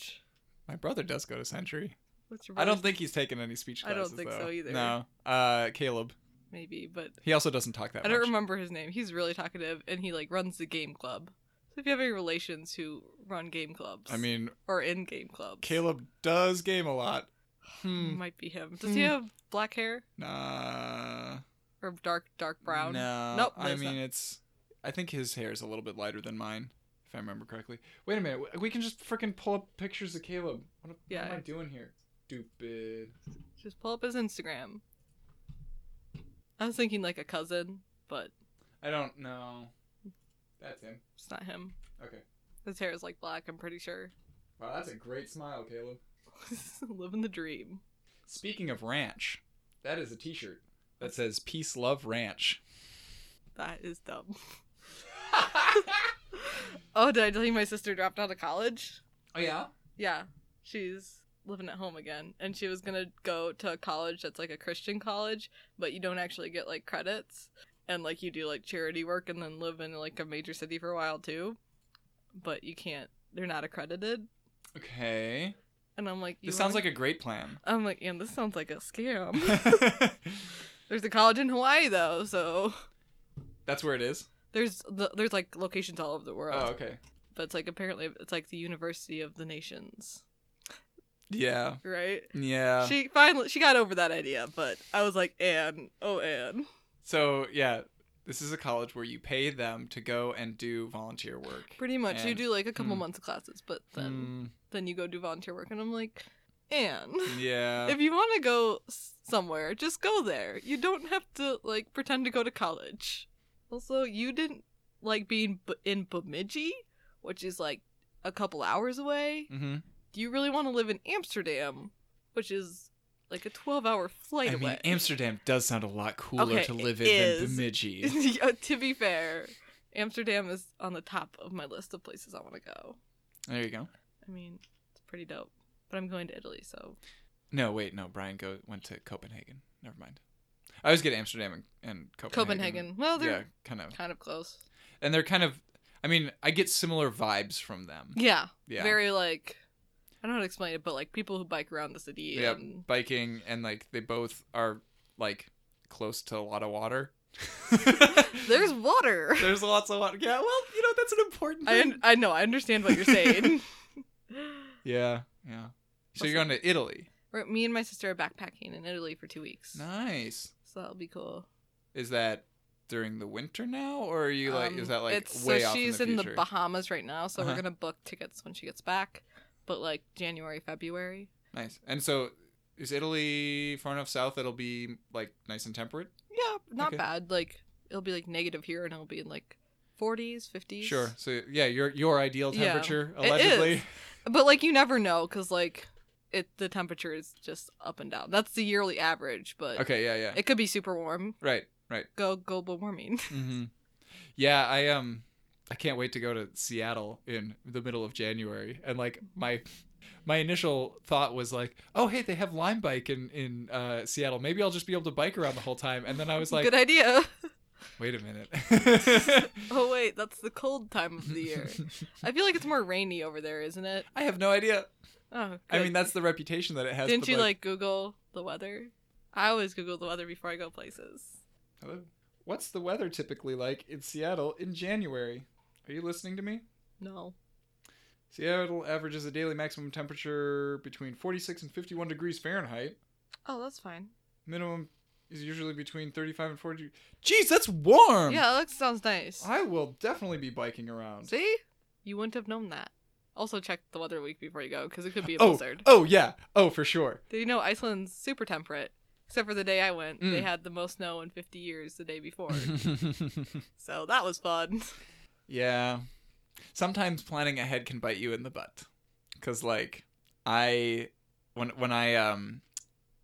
My brother does go to Century.
What's your
I don't
brother's-
think he's taken any speech
I
classes.
don't think
though.
so either.
No. Uh, Caleb.
maybe, but
He also doesn't talk that
I don't
much.
remember his name. He's really talkative, and he like runs the game club. So if you have any relations who run game clubs,
I mean,
or in game clubs,
Caleb does game a lot. Hmm.
might be him. Does he
Hmm.
have black hair
Nah.
or dark dark brown?
No.
Nope,
I
there's
mean,
not.
it's. I think his hair is a little bit lighter than mine, if I remember correctly. Wait a minute. w- We can just freaking pull up pictures of Caleb. What, a-
Yeah,
what am I
it's-
doing here? Stupid.
Just pull up his Instagram. I was thinking like a cousin, but
I don't know. That's him.
it's not him.
Okay.
His hair is like black. I'm pretty sure.
Wow, that's a great smile, Caleb.
Living the dream.
Speaking of ranch, that is a t shirt that says Peace, Love, Ranch.
That is dumb. oh, did I tell you my sister dropped out of college?
oh, yeah?
Yeah, she's living at home again, and she was gonna go to a college that's like a Christian college, but you don't actually get like credits, and like you do like charity work and then live in like a major city for a while too, but you can't. They're not accredited,
Okay.
and I'm like, you
this sounds
wanna-
like a great plan.
I'm like, and this sounds like a scam. there's a college in Hawaii though, so
that's where it is?
there's the, there's like locations all over the world,
Oh, okay.
but it's like apparently it's like the University of the Nations,
Yeah.
right?
Yeah.
she finally she got over that idea, but I was like, Anne, oh Anne,
So yeah, this is a college where you pay them to go and do volunteer work.
pretty much you
And-
do like a couple
hmm.
months of classes, but then then you go do volunteer work, and I'm like, Anne,
Mm, yeah.
if you want to go s- somewhere, just go there. You don't have to like pretend to go to college. Also, you didn't like being b- in Bemidji, which is like a couple hours away.
mm-hmm.
Do you really want to live in Amsterdam, which is like a 12-hour flight
I
away?
mean, Amsterdam does sound a lot cooler
Okay,
to
it
live in
is.
than Bemidji.
Yeah, to be fair, Amsterdam is on the top of my list of places I want to go.
there you go.
I mean, it's pretty dope. But I'm going to Italy, so
No, wait, no. Brian go went to Copenhagen. Never mind. I always get Amsterdam and, and Copenhagen.
Copenhagen. Well, they're
Yeah, kind of.
kind of close.
And they're kind of. I mean, I get similar vibes from them.
Yeah,
Yeah.
very like I don't know how to explain it, but like people who bike around the city.
Yeah.
And,
Biking and like they both are like close to a lot of water.
there's water.
There's lots of water. Yeah, well, you know that's an important
I un- I know. I understand what you're saying.
yeah, yeah. So
Awesome.
you're going to Italy.
We're- Me and my sister are backpacking in Italy for two weeks,
Nice.
so that'll be cool.
Is that during the winter now, or are you like?
Um,
is that like
it's-
way
so
off
she's
in the future?
Bahamas right now, so we're
Uh-huh.
gonna book tickets when she gets back, but like January, February.
nice. And so is Italy far enough south that'll be like nice and temperate?
Yeah, not
Okay.
bad. Like it'll be like negative here, and it'll be in like 40s, 50s.
Sure. So yeah, your your ideal
Yeah.
temperature
It
allegedly.
is. but like you never know, cause like it the temperature is just up and down. That's the yearly average, but
Okay. Yeah. Yeah.
it could be super warm.
right. Right.
Go global warming.
hmm Yeah, I um, I can't wait to go to Seattle in the middle of January. And like my, my initial thought was like, oh hey, they have Lime Bike in in uh, Seattle. Maybe I'll just be able to bike around the whole time. And then I was like,
Good idea.
wait a minute.
oh wait, that's the cold time of the year. I feel like it's more rainy over there, isn't it?
I have no idea.
Oh,
I
good.
mean, that's the reputation that it has.
Didn't
but,
you like, Google the weather? I always Google the weather before I go places.
Hello. What's the weather typically like in Seattle in January? Are you listening to me?
No.
Seattle averages a daily maximum temperature between 46 and 51 degrees Fahrenheit.
Oh, that's fine.
minimum is usually between 35 and 40. Jeez, that's warm.
yeah, that looks, sounds nice.
Um, I will definitely be biking around.
See? You wouldn't have known that. Also, check the weather week before you go because it could be a
oh,
blizzard.
oh yeah. Oh, for sure.
Did you know Iceland's super temperate? Except for the day I went, they
Mm.
had the most snow in 50 years the day before. so that was fun.
yeah. Sometimes planning ahead can bite you in the butt. Cuz like I when when I um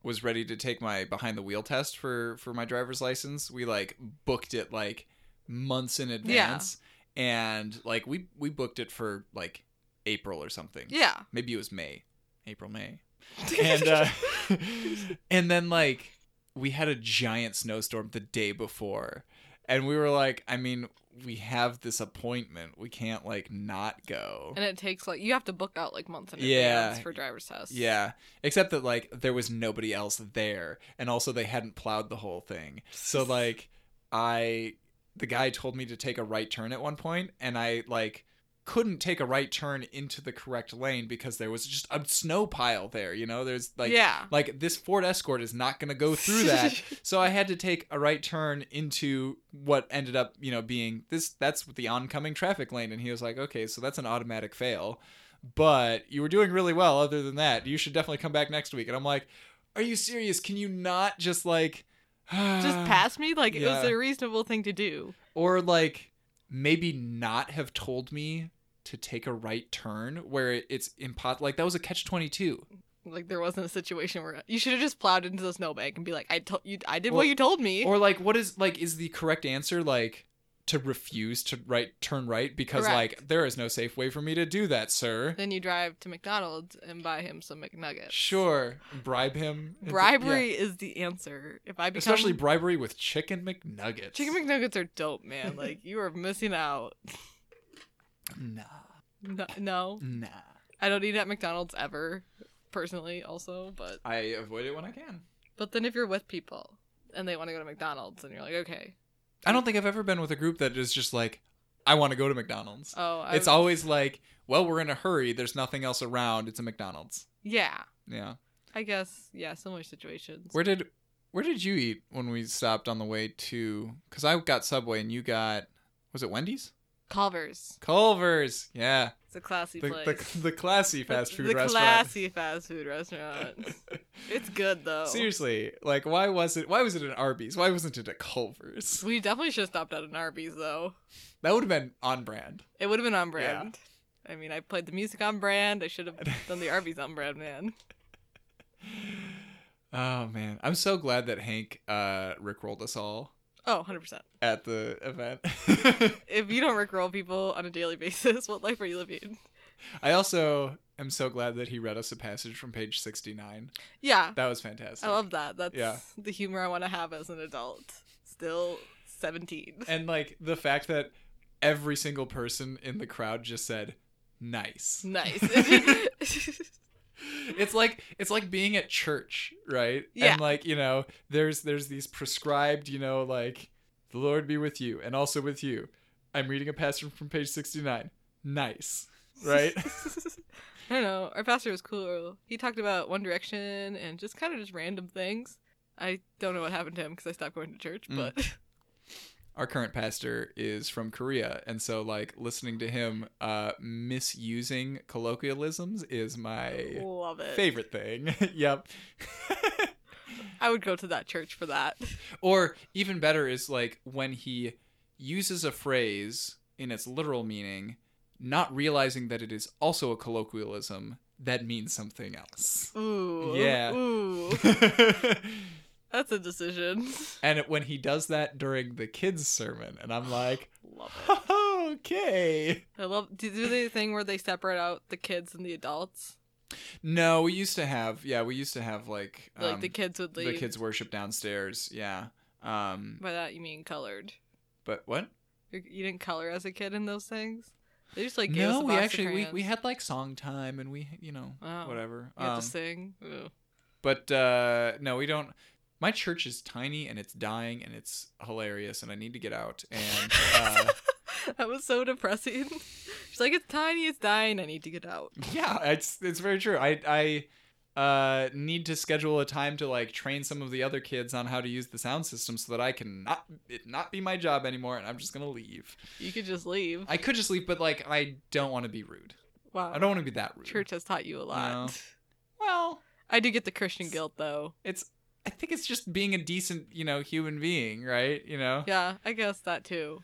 was ready to take my behind the wheel test for for my driver's license, we like booked it like months in advance and like we we booked it for like April or something.
Yeah.
Maybe it was May. April, May. and uh, and then like we had a giant snowstorm the day before and we were like i mean we have this appointment we can't like not go
and it takes like, you have to book out like months in
Yeah.
advance for driver's tests.
yeah except that like there was nobody else there and also they hadn't plowed the whole thing so like i the guy told me to take a right turn at one point and i like couldn't take a right turn into the correct lane because there was just a snow pile there you know there's like
yeah.
like this Ford Escort is not going to go through that. so I had to take a right turn into what ended up, you know, being this that's the oncoming traffic lane and he was like, "Okay, so that's an automatic fail, but you were doing really well other than that. You should definitely come back next week." And I'm like, "Are you serious? Can you not just like
Just pass me? Like, it was
Ah, yeah.
a reasonable thing to do.
or like maybe not have told me to take a right turn where it- it's impot like that was a catch 22
Like, there wasn't a situation where you should have just plowed into the snowbank and be like, I told you, I did
Or-
what you told me.
or like what is like is the correct answer like to refuse to right turn right because like
Correct.
there is no safe way for me to do that sir
then you drive to McDonald's and buy him some McNuggets.
sure bribe him It's- yeah.
Bribery is the answer. If I become
especially bribery with chicken mcnuggets
Chicken McNuggets are dope, man. Like you are missing out.
nah
No, no,
nah
I don't eat at McDonald's ever, personally. Also, but
i avoid it when i can
but then if you're with people and they want to go to McDonald's and you're like, okay,
i don't think i've ever been with a group that is just like i want to go to mcdonald's
oh, I,
it's always like well we're in a hurry there's nothing else around it's a mcdonald's
yeah.
yeah
I guess yeah, similar situations.
Where did where did you eat when we stopped on the way to? Because I got Subway and you got was it Wendy's?
Culver's.
Culver's, yeah,
It's a classy
the,
place.
the, the classy fast food
the
restaurant.
classy fast food restaurant. it's good though.
Seriously, like why was it? Why was it an Arby's? Why wasn't it a Culver's?
We definitely should have stopped at an Arby's though.
That would have been on brand.
It would have been on
Yeah.
brand. I mean, I played the music on brand. I should have done the Arby's on brand, man.
Oh man, I'm so glad that Hank uh, rickrolled us all
Oh, 100%.
at the event.
If you don't rickroll people on a daily basis, what life are you living?
I also am so glad that he read us a passage from page 69.
Yeah,
That was fantastic.
I love that. That's
Yeah.
the humor I want to have as an adult. Still 17.
and like the fact that every single person in the crowd just said nice
Nice.
it's like it's like being at church right
Yeah.
and like you know there's there's these prescribed you know like the lord be with you and also with you i'm reading a passage from page 69 nice right
I don't know. Our pastor was cool. He talked about One Direction and just kind of just random things. I don't know what happened to him because I stopped going to church,
Mm.
but
our current pastor is from korea and so like listening to him uh misusing colloquialisms is my
love it.
favorite thing yep
I would go to that church for that.
Or even better is like when he uses a phrase in its literal meaning, not realizing that it is also a colloquialism that means something else.
Ooh.
Yeah.
Ooh. That's a decision.
and it- when he does that during the kids' sermon, and I'm like,
love it.
okay.
I love. Do, do the thing where they separate out the kids and the adults.
No, we used to have, yeah, we used to have like,
Like
um,
the kids would leave.
the kids worship downstairs. Yeah. Um,
By that you mean colored.
but what?
You you didn't color as a kid in those things. They just like gave us
no,
a
we
box of
actually we, we
crayons.
had like song time and we you know
Oh.
whatever.
You had
Um,
to sing. Ooh.
But uh, no, we don't. My church is tiny and it's dying and it's hilarious and I need to get out. And uh,
That was so depressing. She's like, it's tiny, it's dying. I need to get out.
yeah, it's it's very true. I I uh, need to schedule a time to like train some of the other kids on how to use the sound system so that I can not it not be my job anymore and I'm just gonna leave.
You could just leave.
I could just leave, but like I don't want to be rude.
wow.
I don't want to be that rude.
Church has taught you a lot.
No. Well,
I do get the Christian guilt though.
it's I think it's just being a decent you know human being, right? You know.
Yeah, I guess that too.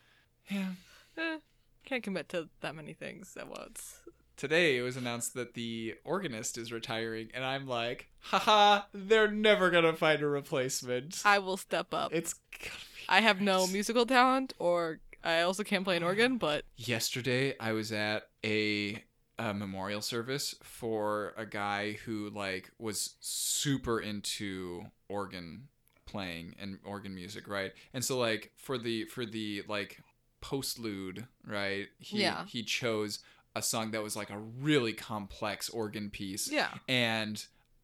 yeah.
Eh, can't commit to that many things at once.
today it was announced that the organist is retiring and i'm like haha they're never gonna find a replacement
I will step up.
it's gonna be
I have no
great.
musical talent, or I also can't play an organ, but
yesterday i was at a, a memorial service for a guy who like was super into organ playing and organ music right and so like for the for the like postlude right he
Yeah.
he chose a song that was like a really complex organ piece
yeah.
and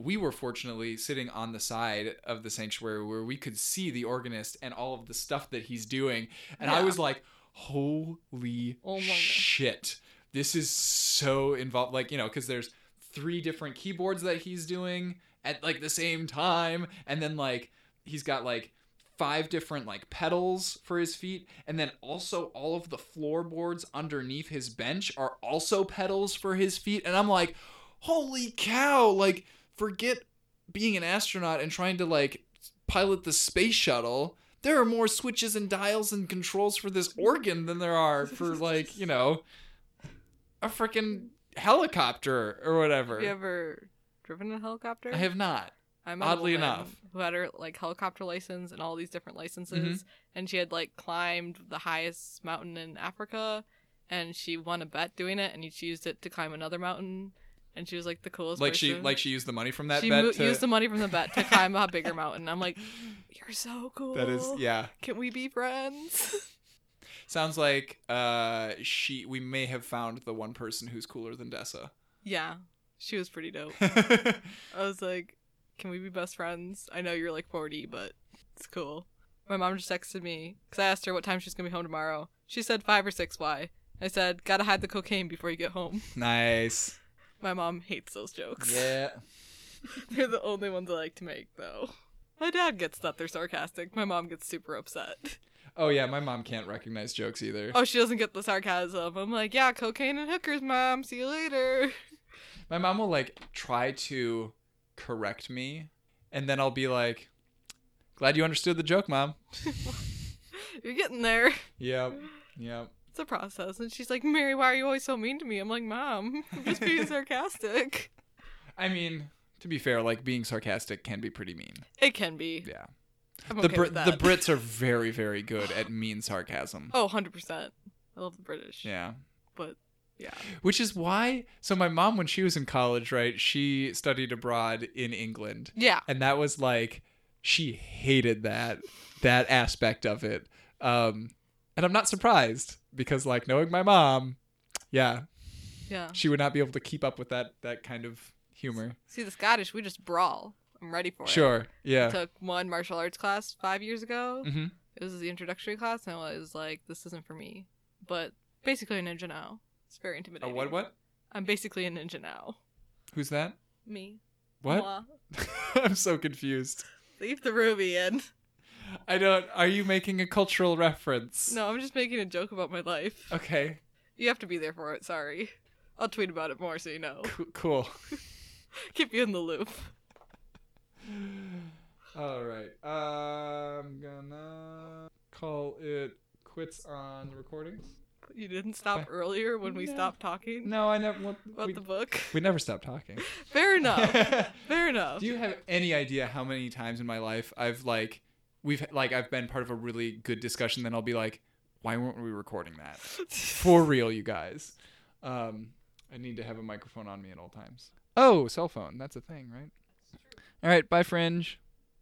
we were fortunately sitting on the side of the sanctuary where we could see the organist and all of the stuff that he's doing and i
Yeah.
was like holy
Oh my God.
shit this is so involved like you know because there's three different keyboards that he's doing at like the same time and then like he's got like five different like pedals for his feet and then also all of the floorboards underneath his bench are also pedals for his feet and i'm like holy cow like forget being an astronaut and trying to like pilot the space shuttle there are more switches and dials and controls for this organ than there are for like you know a freaking helicopter or whatever
Have you ever driven a helicopter?
i have not
I'm
Oddly
woman
enough.
who had her like helicopter license and all these different licenses,
Mm-hmm.
and she had like climbed the highest mountain in Africa, and she won a bet doing it, and she used it to climb another mountain, and she was like the coolest.
like she
person.
like she used the money from that
she
bet
mo-
to
used the money from the bet to climb a bigger mountain. I'm like, you're so cool.
that is yeah
Can we be friends?
Sounds like uh she we may have found the one person who's cooler than Dessa.
yeah, she was pretty dope. I was like, "Can we be best friends?" I know you're like 40, but it's cool. My mom just texted me because I asked her what time she's gonna be home tomorrow. She said five or six. Why? I said, "Gotta hide the cocaine before you get home."
nice.
My mom hates those jokes.
Yeah.
They're the only ones I like to make, though. My dad gets that they're sarcastic. My mom gets super upset.
Oh yeah, my mom can't recognize jokes either.
Oh, she doesn't get the sarcasm. I'm like, yeah, cocaine and hookers, mom. See you later.
My mom will like try to correct me and then I'll be like glad you understood the joke, mom.
You're getting there.
Yep. Yep.
It's a process. And she's like, Mary, why are you always so mean to me? I'm like, Mom, I'm just being sarcastic.
I mean, to be fair, like being sarcastic can be pretty mean.
It can be.
Yeah.
I'm
The
okay
Brit
with
the
that.
Brits are very very good at mean sarcasm.
Oh, 100%. I love the British.
Yeah.
But yeah.
Which is why, so my mom, when she was in college, right, she studied abroad in England.
Yeah.
And that was like, she hated that, that aspect of it. Um, and I'm not surprised because, like, knowing my mom, yeah,
Yeah.
she would not be able to keep up with that, that kind of humor.
See, the Scottish, we just brawl. I'm ready for it.
Sure.
I
Yeah.
took one martial arts class five years ago.
Mhm.
It was the introductory class, and I was like, this isn't for me. But basically, a ninja now. It's very
A
intimidating.
what, what?
I'm basically a ninja now.
Who's that?
Me.
What?
Moi.
I'm so confused.
Leave the ruby in.
I don't, are you making a cultural reference?
No, I'm just making a joke about my life.
Okay.
You have to be there for it, sorry. I'll tweet about it more so you know.
Coo- cool.
Keep you in the loop.
All right. I'm gonna call it quits on the recordings.
You didn't stop
Bye.
earlier when we
No.
stopped talking
No, I never. What,
about
we,
the book.
we never stop talking.
Fair enough. Fair enough.
Do you have any idea how many times in my life I've like we've like I've been part of a really good discussion, then I'll be like, why weren't we recording that? For real, you guys. Um, I need to have a microphone on me at all times. Oh, cell phone. That's a thing, right? All right. Bye, Fringe.